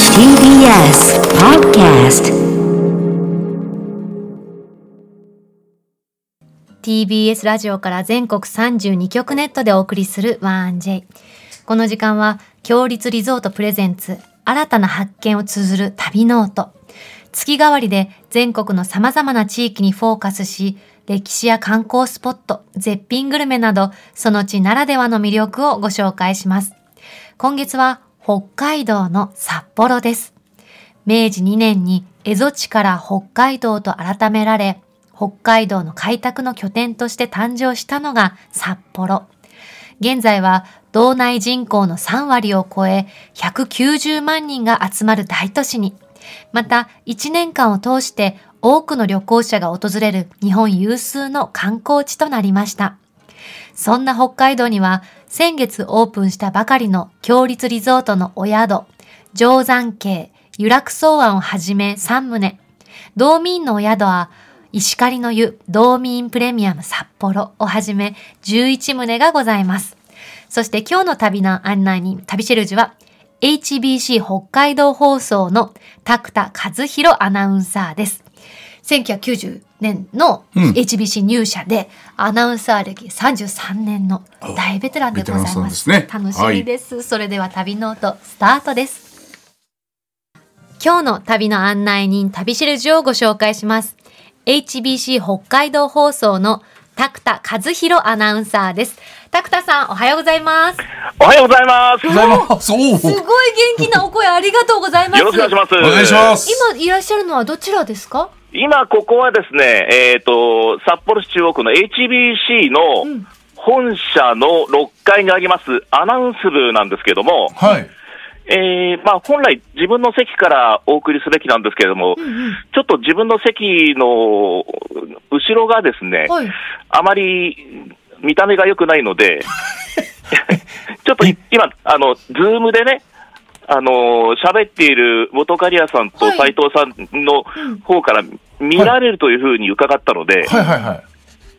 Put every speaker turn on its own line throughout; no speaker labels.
TBS Podcast
TBS ラジオから全国32局ネットでお送りする「ワン j この時間は「強立リゾートプレゼンツ新たな発見」を綴る旅ノート月替わりで全国のさまざまな地域にフォーカスし歴史や観光スポット絶品グルメなどその地ならではの魅力をご紹介します今月は北海道の札幌です明治2年に蝦夷地から北海道と改められ、北海道の開拓の拠点として誕生したのが札幌。現在は道内人口の3割を超え、190万人が集まる大都市に。また、1年間を通して多くの旅行者が訪れる日本有数の観光地となりました。そんな北海道には、先月オープンしたばかりの強立リゾートのお宿、定山渓、由楽草庵をはじめ3棟、道民のお宿は、石狩の湯、道民プレミアム札幌をはじめ11棟がございます。そして今日の旅の案内人、旅シェルジュは、HBC 北海道放送の拓田和弘アナウンサーです。1990年の
うん
HBC 入社で、アナウンサー歴33年の大ベテランでござい
ベテランさん
ま。
ですすね
楽しみです、それでは旅ノートスタートです。今日の旅の案内人、旅しるじをご紹介します。HBC 北海道放送の拓田和弘アナウンサーです。拓田さん、おはようございます。
おはようございます。
お
よ
はようござい ます。
す
お
ごい
お。
元気なお声ありがとうございます。
ろしくお願いします。。
お願いしますす。
今いらっしゃるのはどちらですか
今、ここはですね、えっ、と、札幌市中央区の HBC の本社の6階にありますアナウンス部なんですけども、
はい。
えー、まあ、本来自分の席からお送りすべきなんですけれども、ちょっと自分の席の後ろがですね、
はい。
あまり見た目が良くない ので、ちょっとい今、あの、ズームでね、あのー喋っている元刈谷さんと
はい
斉藤さんの方から見られるというふうに伺ったので、
はいはいはい。。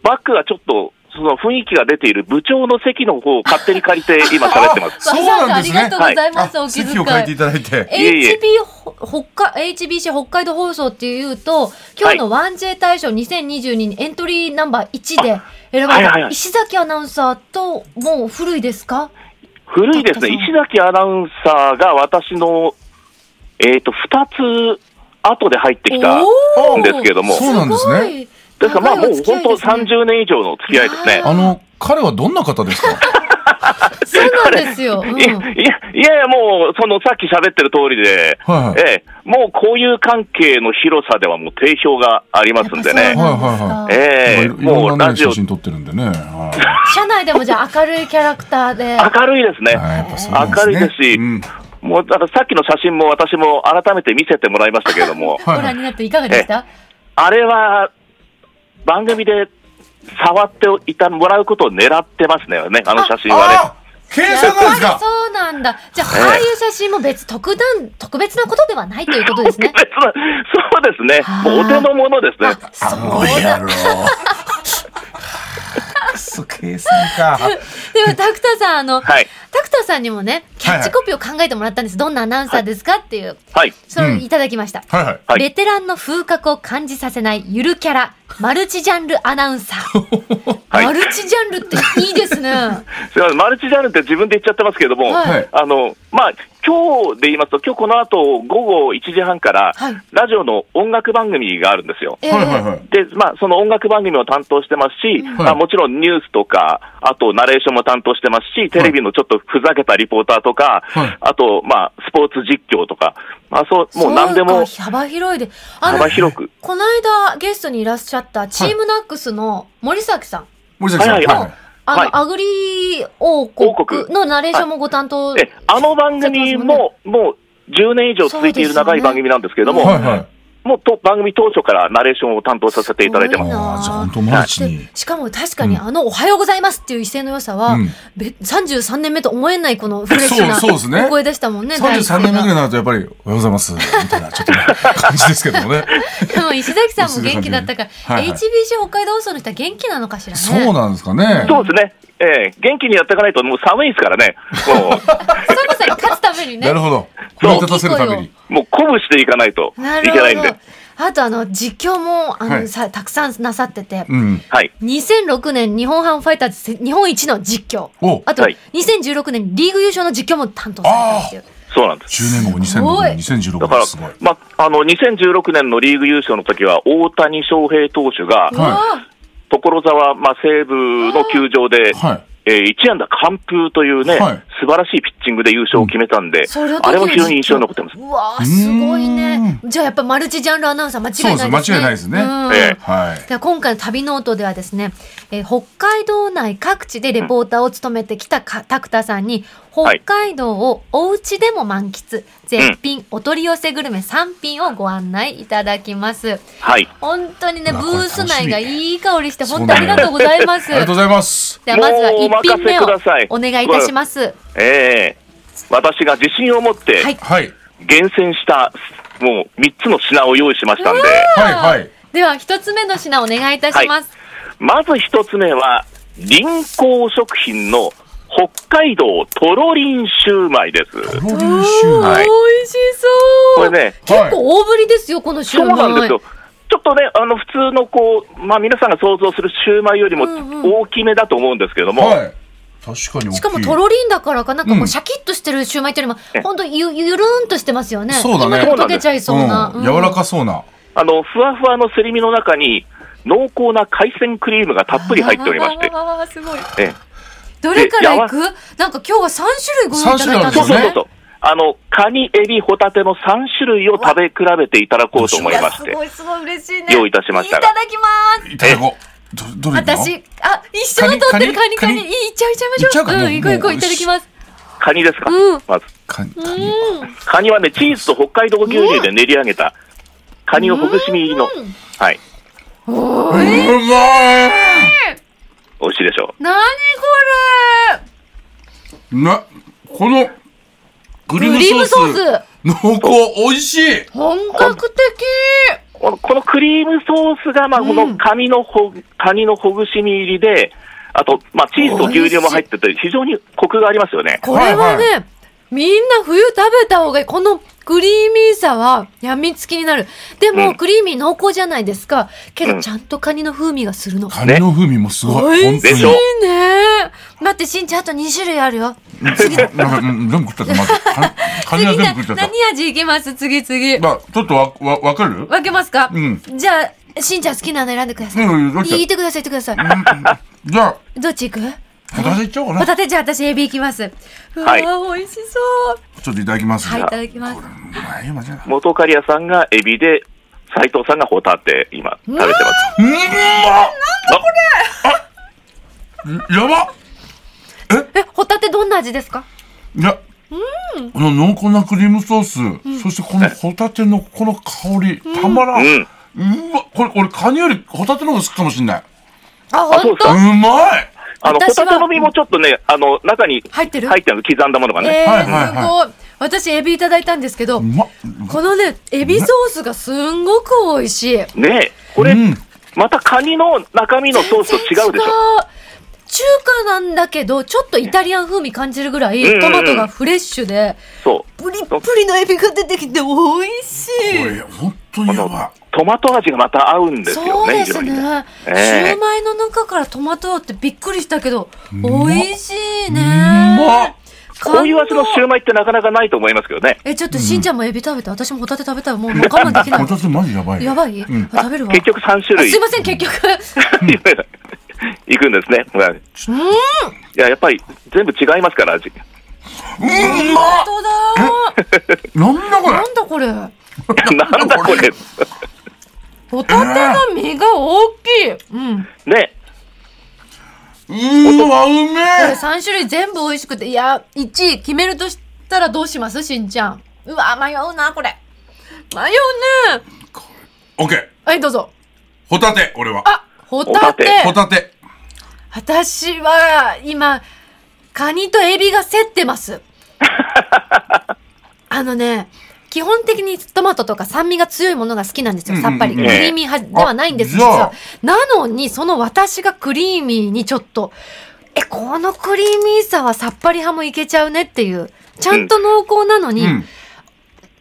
バックがちょっと、その雰囲気が出ている部長の席の方を勝手に借りて今喋ってます
わ
そう
ざわざ
な
あ
んで
り
す
が
ね
とう。ございます。お
あ、
気遣い。
席を変えていただいて。
いえいえ
HB ほ北海 HBC 北海道放送っていうと今日の 1J 大賞2022にエントリーナンバー1で選ば
はい
れ
は
た
いはい
石崎アナウンサーともう古いですか
古いですね、石崎アナウンサーが私の、えっ、と、二つ後で入ってきた。
おー
ですけども
そうなんですね
ごい
ですから、まあも
長いうお付き合
本
い
当
ですね
30年以上の付き合いですね。
あの、彼はどんな方ですか
そうなんですよ、うん
いや、いやいや、もう、その、さっき喋ってる通りで、
はいはい
ええ、もう、こういう関係の広さではもう定評がありますんで
やっぱそう
ね。
なんですか
ええ、
なんかいろい
も
ろ
う、
んな
ラ
ね、
ジオ
写、真撮ってるんでね。は
社内でもじゃあ明るいキャラクターで
明るいです
い
ね。
はい。やっぱそうなんですね。
明るいですし
うん
もう、だからさっきの写真も私も改めて見せてもらいましたけれども、
はい
ご覧になっていかがでした
あれは、番組で触っていたもらうことを狙ってますね、あの写真はね。
あ計
や
算なんです
っぱり
か
そうなんだじゃあ、
ええ
ああいう写真も別特段特別なことではないということですね
特 別なそうですね
あー。
もうお手の物ですね。
あそう
おい
だ
やろ。 くそ、計算か。
でもタクタさんあの、
はい。
タクタさんにもねキャッチコピーを考えてもらったんです、どんなアナウンサーですかっていう
はい。
それを
うん
いただきました、
はいはい。
はい
ベテランの風格を感じさせないゆるキャラマルチジャンルアナウンサー、
はい
マルチジャンルっていいですね は
すみません、マルチジャンルって自分で言っちゃってますけれども、
はい
あの、まあ、今日で言いますと、今日この後午後1時半から、
はい
ラジオの音楽番組があるんですよ。
ええ
はいはいはい。
で、まあ、その音楽番組を担当してますし、
ん
まあ、もちろんニュースとか、あとナレーションも担当してますし、テレビのちょっとふざけたリポーターとか、
はい
あと、まあ、スポーツ実況とか、まあ、そう、もう何でも
そうか幅広いであ
幅
の
広く。
この間ゲストにいらっしゃったチームナックスの森崎さん、
森崎さん。
はいはいはい
あの、
はい
アグリ王
王
国
国
のナレーションもご担当、
で、あの番組も、もう10年以上続いている長い番組なんですけれども、
はいはい。
もうと番組当初からナレーションを担当させていただいてます。
ああ、じゃあ本当マルチに
で。しかも確かに
うん
あの「おはようございます」っていう威勢の良さは、
うん
べ33年目と思えないこのフレッシュな
そうそうですね
お声でしたもんね
33年目 ぐらいに
い
なるとやっぱり、おはようございます。みたいな、ちょっと 感じですけどもね。
でも石崎さんも元気だったから、
はいはい
HBC 北海道放送の人は元気なのかしらね
そうなんですかね。
そうですね。ええ元気にやっていかないともう寒いですからね。もう、
寒さに勝つためにね
なるほど。奮い立たせるために。
もう鼓舞していかないと
ないる
けないん
ほ
で
ど。。あとあの実況もあの、
はい
さたくさんなさってて、
うん。
はい。
2006年日本ハムファイターズせ日本一の実況
お
あと
はい
2016年リーグ優勝の実況も担当されたっていう
そうなんです。
10年後、
すごい
2006年、2016
だから
年、すごい。、
まあ、あの、2016年のリーグ優勝の時は、大谷翔平投手が
う、わ
所沢、まあ、西武の球場で、
はい。
えー1安打完封というね、
はい
素晴らしいピッチングで優勝を決めたんで、
それを時
あ
々
れも非常に印象に残ってます。
うわーすごいねじゃあやっぱマルチジャンルアナウンサー間違いないですね
そうです間違いないですね
うん
ええ
はい。
では今回の旅ノートではですね、えー北海道内各地でレポーターを務めてきたかタクタさんに
は
北
い
海道をお家でも満喫絶品お取り寄せグルメ3品をご案内いただきます
はい。
本当にね
う
ブ
わこ
ー
れ
ス内が
楽し
いい香りして
そう
本
ね
当ありがとうございま
あ
す
りがとうございます。
ではまずは
もうお
1
任
品目
せ
を
ください
お願いいたします
えー私が自信を持って
はい
はい。
厳選した、もう3つの品を用意しましたんで、
はい、はい。
では1つ目の品お願いいたします、
まず1つ目は、臨港食品の北海道とろりんシューマイです。
プロ
う
デ
ー
ューシュー
はい
美味しそ
こ
う
れね、
結構大ぶりですよこのシュ
そ
ーマ
う
イ
なんですよ。ちょっとね、あの、普通のこう、まあ皆さんが想像するシューマイよりも
うんうん
大きめだと思うんですけども、
はい。はい。確かに大きい。
しかもとろりんだからかなんかこ
う
うんシャキッとしてるシューマイというより
え
も、ほんとゆゆるーんとしてますよね。
そうだね
今にも溶けちゃいそうな。
ん柔らかそうな。
あの、ふわふわのすり身の中に、濃厚な海鮮クリームがたっぷり入っておりまして、
あーすごい。
ええ
どれからいくなんか今日は三種類ご用意いただいたんで
そう
す
そう
ね。
そうそう。あの、カニ、エビ、ホタテの3種類を食べ比べていただこうと思いまし
い
て
やす。ごいすごい嬉しいね。
用意いたしました
い
が
ただきます。
いただこう。ど、どれいくの
私、あ、一緒に撮ってるカ
カ
ニ
ニ
カ
カ
ニ
ニ
いいいっちゃういっちゃいましょう。
いっちゃうか
ん
もう
行こう行こう
もう
いただきます。
カニですか、
うん
まず。
カニ、カ
う
ニ
ん。
カニはね、チーズと北海道牛乳で練り上げた、カニをほぐし身入りの、はい、
お
う
ーい
まい
美味しいでしょ
何これ
な、この、クリ
クリー
ー
ム
ム
ソ
ソ
ー
ー
ス
ス。濃厚、美味しい。
本格的
う。このこのクリームソースが、まあ、こ
うん
のカニのほ、カニのほぐし身入りで、あと、まあ、チーズと牛乳も入ってて、非常にコクがありますよね。
これはね、
はい
みんな冬食べた方がいい。このクリーミーさはやみつきになる。でも、
うん
クリーミー濃厚じゃないですか。け
う
ど、
ん
ちゃんとカニの風味がするの。
カニの風味もすごい。
美
本
味
当
し
に
で
い
しょ
ね。待って、しんちゃん、あと2種類あるよ。
次、なんか、うん全部食っちゃった、まず。カ
次
ニカニは
な
全部食っちゃっ
何味いきます次次。
た。まあ、ちょっとわ、わ、わかる
分けますか、
うん
じゃあ、しんちゃん好きなの選んでください。
うん、どっちだ
言ってください、言ってください。
じゃあ、
どっち行く
ホタテいっちゃおうか
ホ
な。ち
タテじゃあ私エビいきます。うわ
はい
ー、美味しそう。
ょっといただきます。
はい、い
こ
ただきます
れ、う。まいよ、マジで。
元カリアさんがエビで、斉藤さんがホタテ、今、食べてます。
うん、まっなんだこれあ、やば
え、ホタテどんな味ですか
いや、この濃厚なクリームソース、そしてこのホタテのこの香り、たまらん。
うん
うわ、これ、俺、カニよりホタテの方が好きかもしんない。
あ、
あそ
本
うです
う
当
か
まい
あの、ホ
私は
タテの身もちょっとね、あの、中に
入ってる
入ってる、刻んだものがね。
え
はいはいはい
ー、すごい。私、エビいただいたんですけど
う、まっ
このね、エビソースがすんごく美味しい。
ねえ、これ、
うん
またカニの中身のソースと違うでしょ。
中華なんだけど、ちょっとイタリアン風味感じるぐらい
うんう、ん
トマトがフレッシュで、
そ
プリップリのエビが出てきて美味し
こ
い。
れ、本当にやば
う。トマト味がまた合うんです
そ
よ
う
ね、
ですね。シ
非常
ュ
にねえ
ーマイの中からトマトってびっくりしたけど、
まっ
美味しいね。
まっ
こういう味のシューマイってなかなかないと思いますけどね。
え、ちょっとしんちゃんもエビ食べて、私もホタテ食べたい。もうもう我慢でき
い。
ない
ホ。タテマジやばいよ。
やばい、
うん。
あ食べるわ。
結局3種
あ
類
すい。ません、結局。
いくんですね。まあいや、やっぱり全部違いますか ら、味。
うんまっ
本当だ
なんだこれ
なんだこれ。
なんだこれ。
ホタテの身が大きい。うん。
ね
うわ、うめ
これ
え
3種類全部美味しくて、いや、1位決めるとしたらどうしますしんちゃん。うわ、迷うな、これ。迷うね。
オッケー。
はい、どうぞ。
ホタテ、俺は。
あ、ホタテ。
ホタテ。
私は、今、カニとエビが競ってます。あのね、基本的にトマトとか酸味が強いものが好きなんですよ、
うん
さっぱり。
うん
ク
うん
リーミー派ではないんです、
あ
実は
じゃあ。
なのに、その私がクリーミーにちょっと、え、このクリーミーさはさっぱり派もいけちゃうねっていう、ちゃんと濃厚なのに、
うん。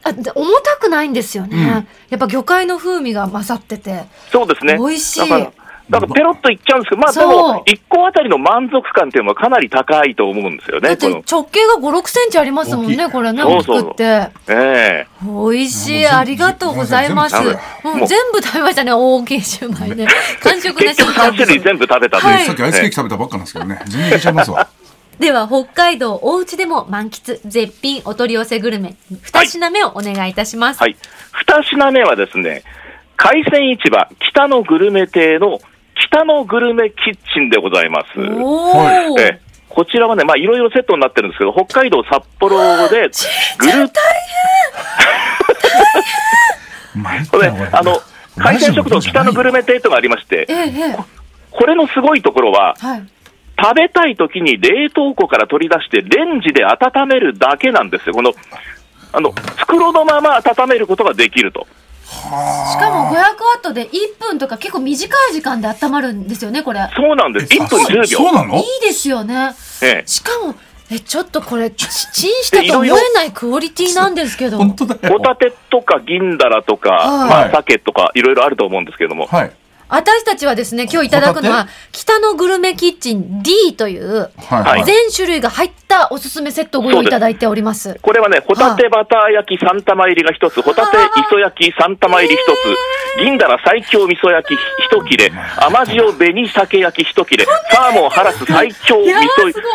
あで重たくないんですよね、やっぱ魚介の風味が勝ってて
そうですね。
美味しい
だからだからペロッといっちゃうんですけど、まあで
そう
も、1個あたりの満足感っていうのはかなり高いと思うんですよ
だ
ね、
って
この。
直径が5、6センチありますもんね、
大きい
これね、
そ
大
う
き
そうそう
くって。
ええ
美味し
もう
い、
全部
ありがとうございます。
全部
う
も
ん
う
全部食べましたね、大きいシュウマ イね。完食ね、
結局3種類全部食べたと
はいい
ね
さっきアイスケーキ食べたばっかなんですけどね。全然いけちゃいますわ。
では、北海道おうちでも満喫、絶品お取り寄せグルメ、二品目をお願いいたします。
はい。二品目はですね、海鮮市場北のグルメ亭の北のグルメキッチンでございます。
お
は
お、
ええこちらはね、まあいろいろセットになってるんですけど、北海道札幌で
ちっ
グ
ち
ル
ゃ
ー
い
プ、
参っ
こ
た
れ
なこれ
あの、海鮮食堂北のグル
メ。
メ亭というのがありまして
え、え、ええ、
これのすごいところは、
はい。
食べたい時に冷凍庫から取り出して、レンジで温めるだけなんですよ。この、あの、袋のまま温めることができると。
しかも500ワットで1分とか結構短い時間で温まるんですよね、これ。
そうなんです。1分
あ
10
そう
秒。
なの
いいですよね。
ええ
しかも、え、ちょっとこれ、ち チンしたと思えないクオリティなんですけど。
本当だよ。
ホタテとか銀だらとか、
はい
まあ、鮭とかいろいろあると思うんですけども、
はい。
私たちはですね、今日いただくの
ホタ
は、北のグルメキッチン D という、
は。
はい
全種類が入ったおすすめセットをご用意いただいております。
これはね、ホタテバター焼き3玉入りが1つ、ホタテ磯焼き3玉入り1つ、銀だら最強味噌焼き1切れ、甘塩紅鮭焼き1切れ、サーモンハラス最強味噌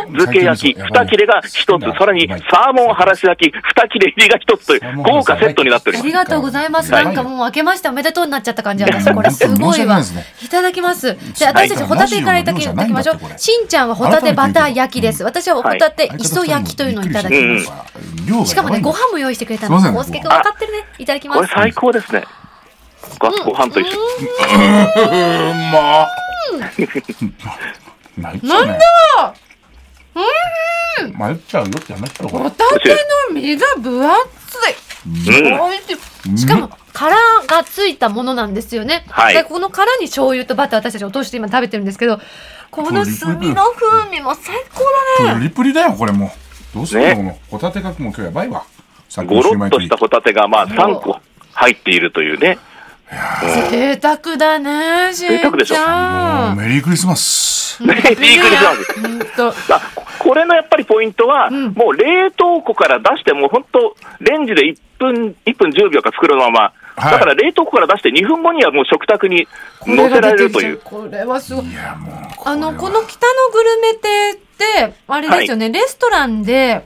漬け焼き2切れが1つ、さらにサーモンハラス焼き2切れ入りが1つという豪華セットになっており
あ
ま
り
す。
がとうございます。
はい
なんかもう明けましておめでとうになっちゃった感じ私こ
いや
れすごいわ。
本当に申し訳ないですね
いただきます。じゃあ私たちホタテからいただきい
ラジオ
ただきま
の量じゃないん
しょ
だ
う
ってこ。れ
しんちゃんはホタテバター焼きです。私はホタテ磯焼きというのをいただきま
ますす。
量がやばいね。
しかもね、ご飯も用意してくれた
すいませ
の。
ん
コウスケ君分かってるね。いただきま
これ
す。
最高ですね。ごご飯と一緒に。
うまっ。泣いちゃうね。なんだ。迷っちゃうよってやめてよこれ
ホ。タテの身が分厚い。
うん
美味しい。しかも、殻がついたものなんですよね。
はい
でこの殻に醤油とバター私たち落として今食べてるんですけど、この炭の風味も最高だ
プ
ね。
リプリだよこれもう。どうするの
ね
このホタテがもう今日やばいわ。さっき
ゴ
のシ
ロ
ューマ
ッ
イと
と
い
し
い
たホタテがまあ3個入っているというね。
贅沢だね、しん
贅沢でし
ち
ょ
ゃ。
もうんメリークリスマス。
メリークリスマス。
ほんと
あこれのやっぱりポイントは、もう冷凍庫から出して、もう本当、レンジで1分 ,1 分10秒か作るまま、
はい
だから冷凍庫から出して2分後にはもう食卓に
こ
乗
れ
せ
が
ら
出
れ
て
る
き
と
ちゃ
いう
こ
う。
れはすごい。
いやもうこれは
あの、この北のグルメ亭って、あれですよね、レストランで、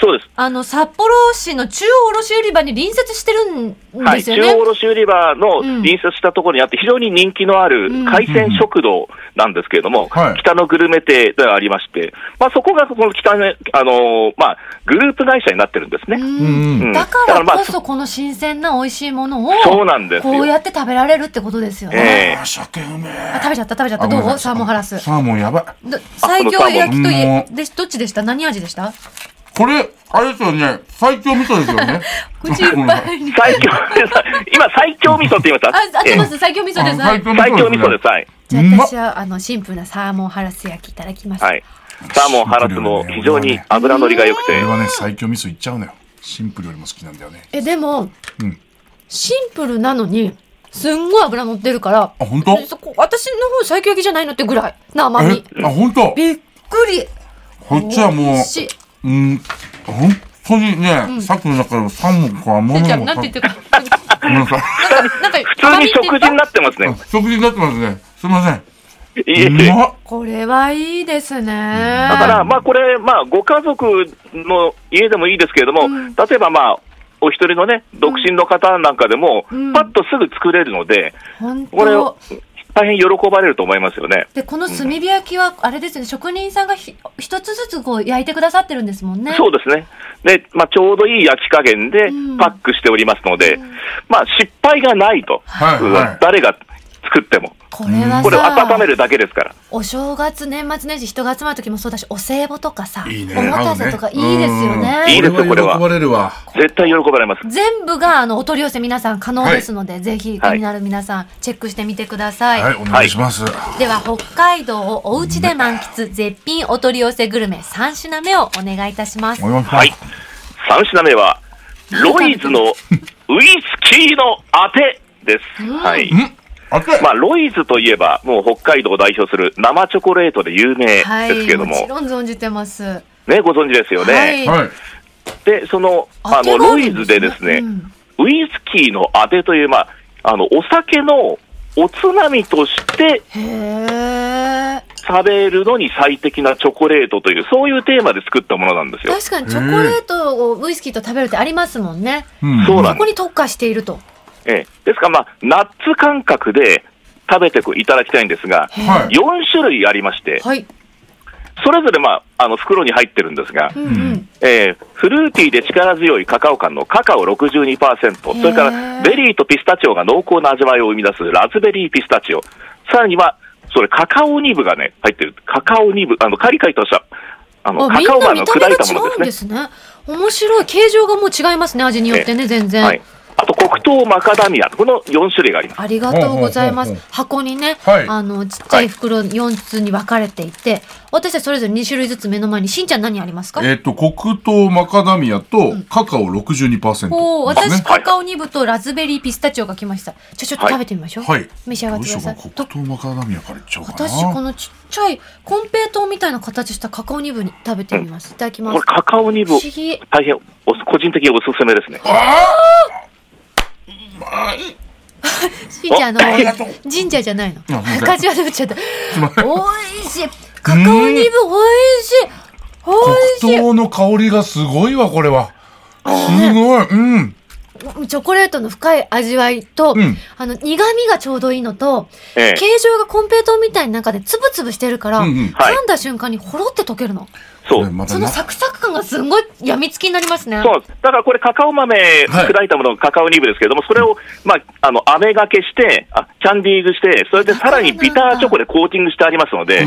そうです。
あの、札幌市の中央卸売場に隣接してるん
は
で
い、
すよ
中
ね。
央卸売場の
うん
隣接したところにあって、非常に人気のある海鮮食堂なんですけれども、
はい
北のグルメ亭ではありまして、まあ、そこがこの北の、あのーまあ、グループ会社になってるんですね。
う
うん
ん
うん
だから
まあ
こそこの新鮮な美味しいものを
そうなんですよ
こうやって食べられるってことですよね。
ええ
あー鮭うめえ
あ食べちゃった食べちゃった
あご
ど
めんなさ
う
い
サーモンハラス。
サーモンやばい
ど最強焼きとい
あこのサーモ
え
ン
でどっちでした何味でした？
これあれですよね最強味噌ですよね
口いっぱいに。
最強、 今、最強味噌って言いました。
あ合ってます
え
最強味噌です。
あ
はい
最強
え最強味噌です。はい。
じゃあ
うまっ
私はあのシンプルなサーモンハラス焼きいただきます。
はい。サーモン、ハラスも非常に脂乗りが良くて
俺、はね最強味噌いっちゃうのよシンプルよりも好きなんだよね
えでも
うん
シンプルなのにすんごい脂乗ってるから。
あ本当
そこ私の方最強焼きじゃないのってぐらいな甘み。
えあ本当
びっくり。
こっちはも
美味しいう
うん本当にねさっきの中でもサーモンか甘
じゃあ
みも
なんて言ってるか。
ごめんなさい
なんか
普通に食事になってますね。
あ食事になってますねすいません
いえいうえ。
まっ
これはいいですね。
だから、まあこれ、まあご家族の家でもいいですけれども、例えばまあ、お一人のね、独身の方なんかでも、
ん
パッとすぐ作れるので、
本
これ
当。、
大変喜ばれると思いますよね。
でこの炭火焼きはあれですね職人さんがひ一つずつこう焼いてくださってるんですも んね。
そうですね。で、まあちょうどいい焼き加減で
うん
パックしておりますので、まあ失敗がないと。
はいはい
誰が作っても。
これは
これ
さ、
温めるだけですから。
お正月年末年始人が集まる時もそうだしお歳暮とかさ
いいね
おもたせとかいいですよ
合う
いい
ね。
ですよこれは
喜ばれるわ
絶対喜ばれます。
全部があのお取り寄せ皆さん可能ですので、ぜひ気になる皆さんチェックしてみてくださ
はいお願いします
では北海道をおうちで満喫絶品お取り寄せグルメ3品目をお願いいたします
お願いします
はい。3品目は、ロイズのウイスキーのあてです。はい。
あて、
まあ、ロイズといえば、もう北海道を代表する生チョコレートで有名で
はい、
すけども、
もちろん存じてます。
ね、ご存知ですよね。
はい
はい。
で、その、あ
当て
の、
があ
ロ
る
イ
ん
ズでですね、
うん
ウイスキーのあてという、まあ、あの、お酒のおつまみとして
へえ。
食べるのに最適なチョコレートという、そういうテーマで作ったものなんですよ。
確かにチョコレートをウイスキーと食べるってありますもんね。
うん
そうな
そ
ん
こ
です。
に特化していると。
ええ、ですから、まあ、ナッツ感覚で食べていただきたいんですが、
へー
はい
4種類ありまして、
はい。
それぞれ、まあ、あの、袋に入ってるんですが、
うんうん。
えーフルーティーで力強いカカオ感のカカオ62%、それか
へ
ら
ー
ベリーとピスタチオが濃厚な味わいを生み出すラズベリーピスタチオ、さらには、それカカオニブがね、入ってる。カカオニブ、あの、カリカリとした、あの、
あ、
カ
みん
カオ
な
バーの
見た
砕
目
い
が
た
違
もの
うん
で
ですすね。面白い。形状がもう違いますね。味によってね、全
ね。
然。
はい。あと黒糖マカダミア、この4種類があります。
ありがとうございま
ほ
す
うほうほう。
箱にね、
はい
あの、ちっちゃい袋4つに分かれていて、私たちそれぞれ2種類ずつ目の前に、しんちゃん何ありますか
えっ、と、黒糖マカダミアとカカオ62%ですね。
おー私、
はい
カカオニブとラズベリーピスタチオが来ました。じゃあちょっと食べてみましょう。
はい。
召し上がってください
どうしようか黒糖マカダミアからいっちゃおうかな。
私、このちっちゃい、コンペイトーみたいな形したカカオニブに食べてみます。いただきま
こ
す
れ。カカオニ
不
ブ
思、議。
大変お個人的におすすめですね。
しんちゃん、あ
あありが
の、神社じゃないの。
や本当だ
カジュアル打っちゃった。
ません
おいしい。カカオニブ、おいしい。おいしい
黒。糖の香りがすごいわ、これは。すごい。うん。
チョコレートの深い味わいと、
うん
あの、苦味がちょうどいいのと、
ええ
形状がコンペイトーみたいな中でつぶつぶしてるから、
うんうん
はい
噛んだ瞬間にほろって溶けるの。
そう。
また
その
な。
サクサク感がすんごいやみつきになりますね。
そうなんです。だからこれカカオ豆砕いたものがカカオニブですけれども、それを、まあ、あの、飴がけして、あキャンディーグして、それでさらにビターチョコでコーティングしてありますので、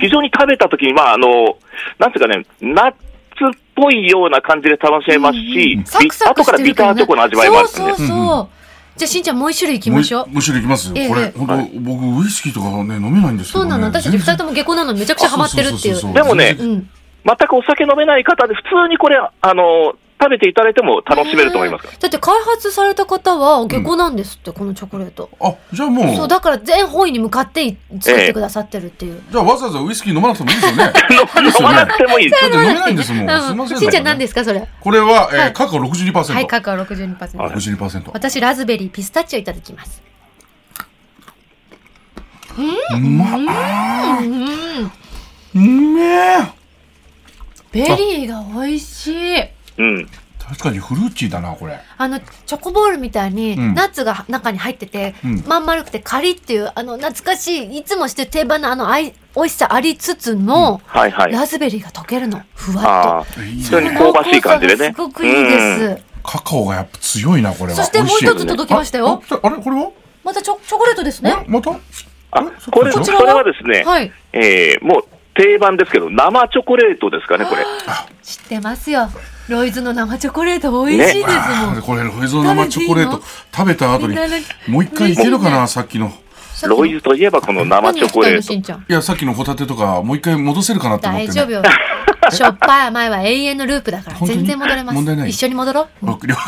非常に食べた時に、まあ、あの、なんていうかね、ナッツっぽいような感じで楽しめますし、
サクサ
あ
ク
と
し
から
てる
ビターチョコの味わいもあるんで
そうそうそう。じゃあ、しんちゃんもう一種類いきましょう。
むしろいきますよ。
ええ
こ
え
れ
え、
本当僕、ウイスキーとかね、飲めないんですけ
そ
ど
う
ね。
なの。私たち二人とも下校なのめちゃくちゃハマってるってい
あ
う。
そ
ん
うそそそそ
でもね
うん。
全くお酒飲めない方で、普通にこれ、あの、食べていただいても楽しめると思います。
だって開発された方は下校なんですって、このチョコレート。
あ、じゃあもう、
そう、だから全方位に向かってい作ってくださってるっていう。
じゃあわざわざウイスキー飲まなくてもいい ですよね。
飲まなくてもいい。
だって飲めないんですもん。すみません。
しんちゃん何ですかそれ。
これは、え
は
ー
い
カカオ62%。
はい、カカオ62%。
62%。
私、ラズベリー、ピスタチオいただきます。
うまっ。うめえ。
ベリーが美味しい。
うん。
確かにフルーティーだな、これ。
あの、チョコボールみたいに、
うん
ナッツが中に入ってて、
うん
まん丸くてカリっていう、あの、懐かしい、いつもしてる定番のあの、あい美味しさありつつの、
はいはい。
ラズベリーが溶けるの。ふわっ
あ
と。
あ、
いいね
非常に香ばしい感じでね。
濃厚さがすごくいいです。
カカオがやっぱ強いな、これは。
そしてもう
美
一
味し
つ
い
届きましたよ。
あああれこれは
またチョチョコレートです
あ
ね
れ。また
あ
れそっか
これ、
そ
そ
っ
ち
か
れ
らは
はですね、
はい。
えーもう定番ですけど、生チョコレートですかね、これ。
知ってますよ。ロイズの生チョコレート美味しいですもん。
あーこれ、ロイズの生チョコレート食べた後に
みんなね、
もう一回いけるか
みんな
な、さっきの。
さっきの
ロイズといえばこの生チョコレー
何を言ったのしん
ト。
ちゃん
いや、さっきのホタテとか、もう一回戻せるかなと思って、
大
ね。
丈夫よ。しょっぱい甘いは永遠のループだから、
本当に
全然戻れます。
問題ない
一緒に戻ろう。うん
僕了解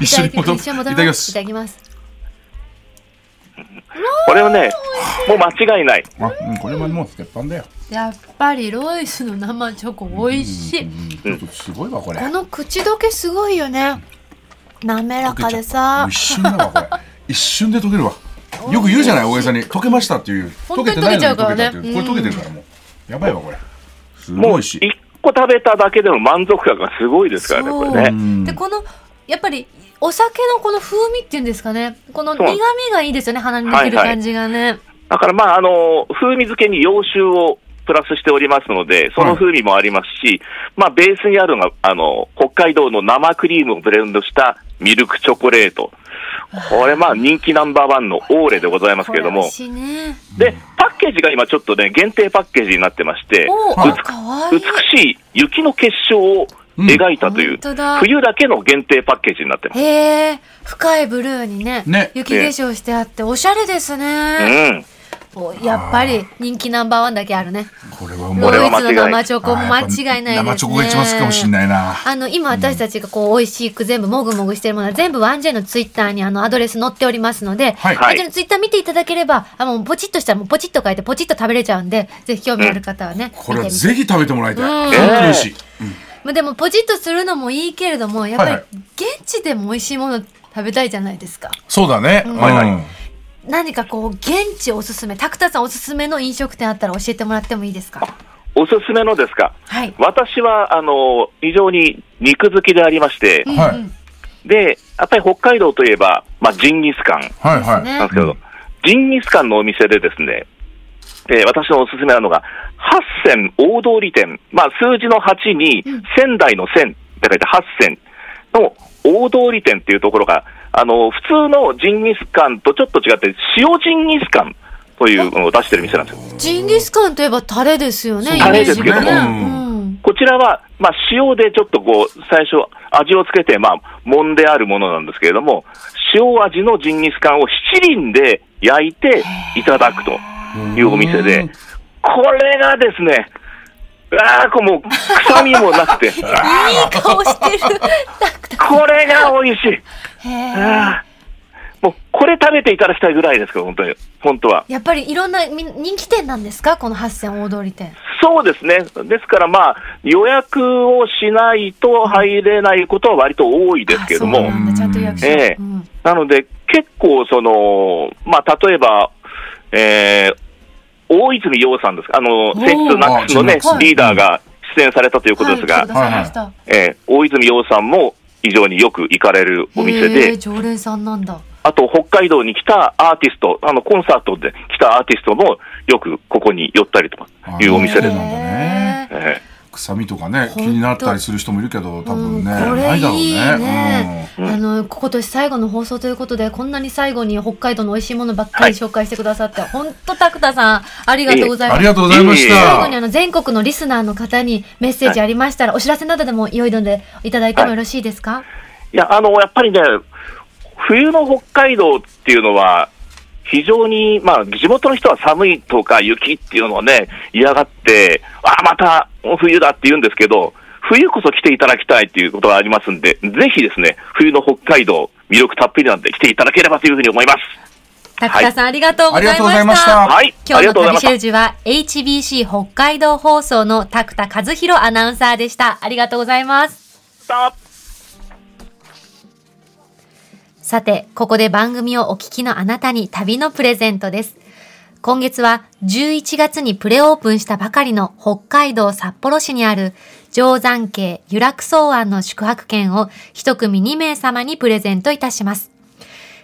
一緒に戻
一緒に戻
い
り
た
ま。
だきま
い
すす
た。だきます。
これはね、もう間違いない。
あ、うん、これはもう鉄板だよ。
やっぱりロイスの生チョコ美味しい。
うんちょっとすごいわ、これ。
この口どけすごいよね。滑らかで
も
さ
う一。瞬だわ、これ。一瞬で溶けるわ。よく言うじゃない、大げさに。溶けましたっていう。
本
溶
当に
けて
溶
な
け
い
ちゃ
の
うか
に溶
ら
けた
ね
っていう。これ溶けてるからもう。やばいわ、これ。す
も
ご
う
い
一
し。
個食べただけでも満足感がすごいですからね、これね。
そうで、この、やっぱり、お酒のこの風味っていうんですかね。この苦
そう
味がいいですよね。鼻にできる
はいはい
感じがね。
だからまあ、あの、風味付けに洋酒をプラスしておりますので、その風味もありますし、まあ、ベースにあるのが、あの、北海道の生クリームをブレンドしたミルクチョコレート。これまあ、人気ナンバーワンのオーレでございます
こ
けれ
れ
ど
美
も
味。しいね。
で、パッケージが今ちょっとね、限定パッケージになってまして、
お
はい
ー、あかわい
美
い。
しい雪の結晶を描いたという
本、当だ
冬だけの限定パッケージになってます。
へえ、深いブルーにね、
ね
雪化粧してあって、おしゃれですね。
うん。
おやっぱり人気ナンバーワンだけあるね。
これはも
ロ
う
れ
イツ
は間
の
違いない
生チョコも間違いないですね。
あーやっぱ生チョコが一番好きかもしれないな
あの、今私たちがこう、美味しく全部もぐもぐしてるものは全部 1J のツイッターにあの、アドレス載っておりますので、
はい
1J のツイッター見ていただければ、あ、もうポチッとしたらもうポチッと書いてポチッと食べれちゃうんで、ぜひ興味ある方はね、
これ
見
は
てみて。
ぜひ食べてもらいた
うん
い。本当に美味しい。
まあでもポチッとするのもいいけれども、やっ
はい
ぱ
は
り現地でも美味しいもの食べたいじゃないですか。
そうだね。
はいはい
うん
何かこう、現地おすすめ、タクタさんおすすめの飲食店あったら教えてもらってもいいですか
おすすめのですか、
はい。
私はあの非常に肉好きでありまして、
はい
うんうん
でやっぱり北海道といえば、まあ、ジンギスカン
はいはい。
ね
なんですけど、
うん
ジンギスカンのお店でですね、えー私のおすすめなのが、八千大通店、まあ、数字の8に仙台の仙って書いて八千の大通店っていうところが、あの普通のジンギスカンとちょっと違って、塩ジンギスカンというのを出してる店なんですよ。
ジンギスカンといえばタレですよね、
そう
イメージ
タレですけど
がね。
う
うん
こちらは、まあ、塩でちょっとこう、最初、味をつけて、まあ、もんであるものなんですけれども、塩味のジンギスカンを七輪で焼いていただくというお店
う
で
ん、
これがですね、ああ、こうもう、臭みもなくて、
いい顔してる。タクタ
これが美味しい。
へー
あーもう、これ食べていただきたいぐらいですけど、本当に、本当は。
やっぱりいろんなみ人気店なんですかこの八千大通り店。
そうですね。ですからまあ、予約をしないと入れないことは割と多いですけれども、
あそうなんだちゃんと予約し
ええ
うん
なので、結構、その、まあ、例えば、えー大泉洋さんですか、あの、先日、ナックスのね
あ、
リーダーが出演されたということです
は
が
い、来てくださいました
えー大泉洋さんも非常によく行かれるお店
へー
で、
常連さんなんだ。
あと、北海道に来たアーティスト、あの、コンサートで来たアーティストも、よくここに寄ったりとかいうお店で
あ
す
ー。なんだね
へー
え
臭みとかね
ほんと
気になったりする人もいるけど多分ね、
うんこれ
ないだろう
いい
ね
ね
うん
あの今年最後の放送ということでこんなに最後に北海道の美味しいものばっかり紹介してくださって、本当タクタさんありがとうご
う
ざい
ん
ま
あ
す
り。がとうございまし
いえいえ
最後に
た
あの全国のリスナーの方にメッセージありましたら、お知らせなどでも良いのでいただいてもよろしいですか、
えいや、あの、やっぱりね、冬の北海道っていうのは、非常に、まあ、地元の人は寒いとか雪っていうのをね、嫌がって、ああ、また冬だって言うんですけど、冬こそ来ていただきたいっていうことがありますんで、ぜひですね、冬の北海道、魅力たっぷりなんで来ていただければというふうに思います。
たくさんありがとうございま
ありがとうご
し
ざ
た。
いました
はい、
今
あり
日の
がとうござ
旅
いま
シ
した
ェ。ルジュは HBC 北海道放送のタクタ和弘アナウンサーでした。ありがとうございます。さて、ここで番組をお聞きのあなたに旅のプレゼントです。今月は11月にプレオープンしたばかりの北海道札幌市にある定山渓由楽草庵の宿泊券を一組2名様にプレゼントいたします。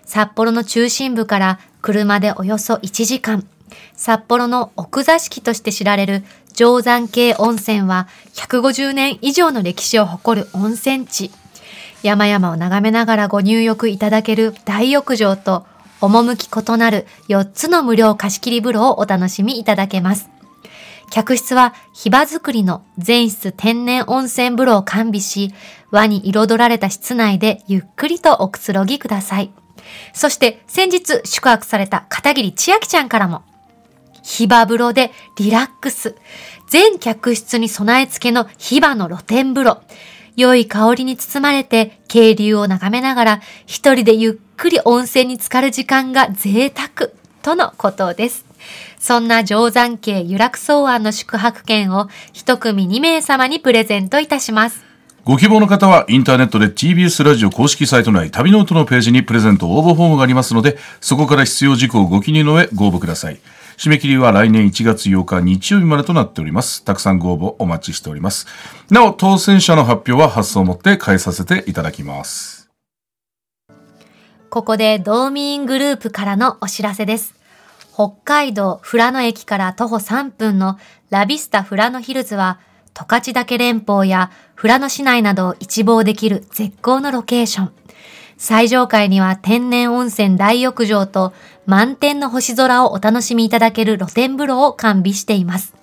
札幌の中心部から車でおよそ1時間。札幌の奥座敷として知られる定山渓温泉は150年以上の歴史を誇る温泉地。山々を眺めながらご入浴いただける大浴場と、趣異なる4つの無料貸し切り風呂をお楽しみいただけます。客室はヒバ作りの全室天然温泉風呂を完備し、和に彩られた室内でゆっくりとおくつろぎください。そして先日宿泊された片桐千秋ちゃんからも、ヒバ風呂でリラックス。全客室に備え付けのヒバの露天風呂。良い香りに包まれて、渓流を眺めながら、一人でゆっくり温泉に浸かる時間が贅沢、とのことです。そんな定山渓由楽草庵の宿泊券を一組2名様にプレゼントいたします。
ご希望の方はインターネットで TBS ラジオ公式サイト内旅ノートのページにプレゼント応募フォームがありますのでそこから必要事項をご記入の上ご応募ください締め切りは来年1月8日日曜日までとなっておりますたくさんご応募お待ちしておりますなお当選者の発表は発送をもって返させていただきます
ここで道民グループからのお知らせです。北海道富良野駅から徒歩3分のラビスタ富良野ヒルズは、十勝岳連峰や富良野市内などを一望できる絶好のロケーション。最上階には天然温泉大浴場と満天の星空をお楽しみいただける露天風呂を完備しています。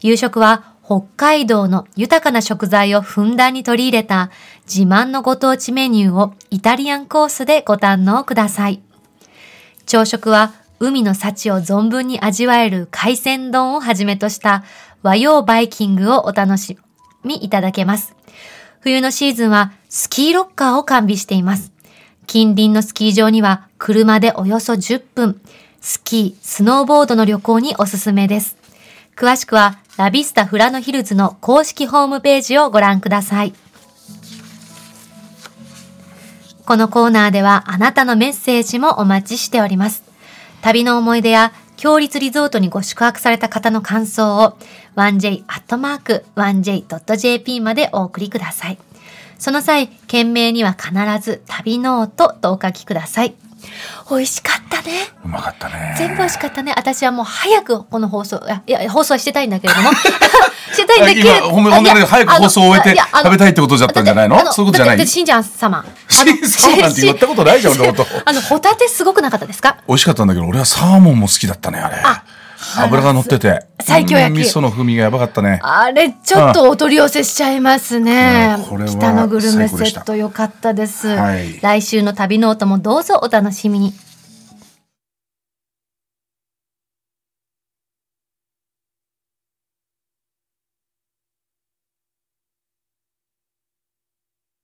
夕食は北海道の豊かな食材をふんだんに取り入れた自慢のご当地メニューをイタリアンコースでご堪能ください。朝食は海の幸を存分に味わえる海鮮丼をはじめとした和洋バイキングをお楽しみいただけます。冬のシーズンはスキーロッカーを完備しています。近隣のスキー場には車でおよそ10分、スキー、スノーボードの旅行におすすめです。詳しくはラビスタフラノヒルズの公式ホームページをご覧ください。このコーナーではあなたのメッセージもお待ちしております。旅の思い出や、強立リゾートにご宿泊された方の感想を 1j.1j.jp までお送りください。その際、件名には必ず旅ノートとお書きください。美味しかったね。
うまかったね。
全部美味しかったね。私はもう早くこの放送、あいや、放送はしてたいんだけれど も。してたいんだけれど
今褒め褒めら
い
れる
や
早く放送を終え
い
て
やあの
食べたいってことじゃったんじゃないの
だってあ
そういうことじゃない
だってしんちゃん様。あ の
しんさまなんて言ったことないじゃん
し
俺 のこと
あの、ホタテすごくなかったですか
美味しかったんだけど俺はサーモンも好きだったねあれ
あ
油が乗ってて
最強焼き
うん味噌の風味がやばかったね
あれ、ちょっとお取り寄せしちゃいますね
うんこれ。は
北のグルメ
最高
セ
でし
ッ
た
トよかったです。
はい
来週の旅ノートもどうぞお楽しみに。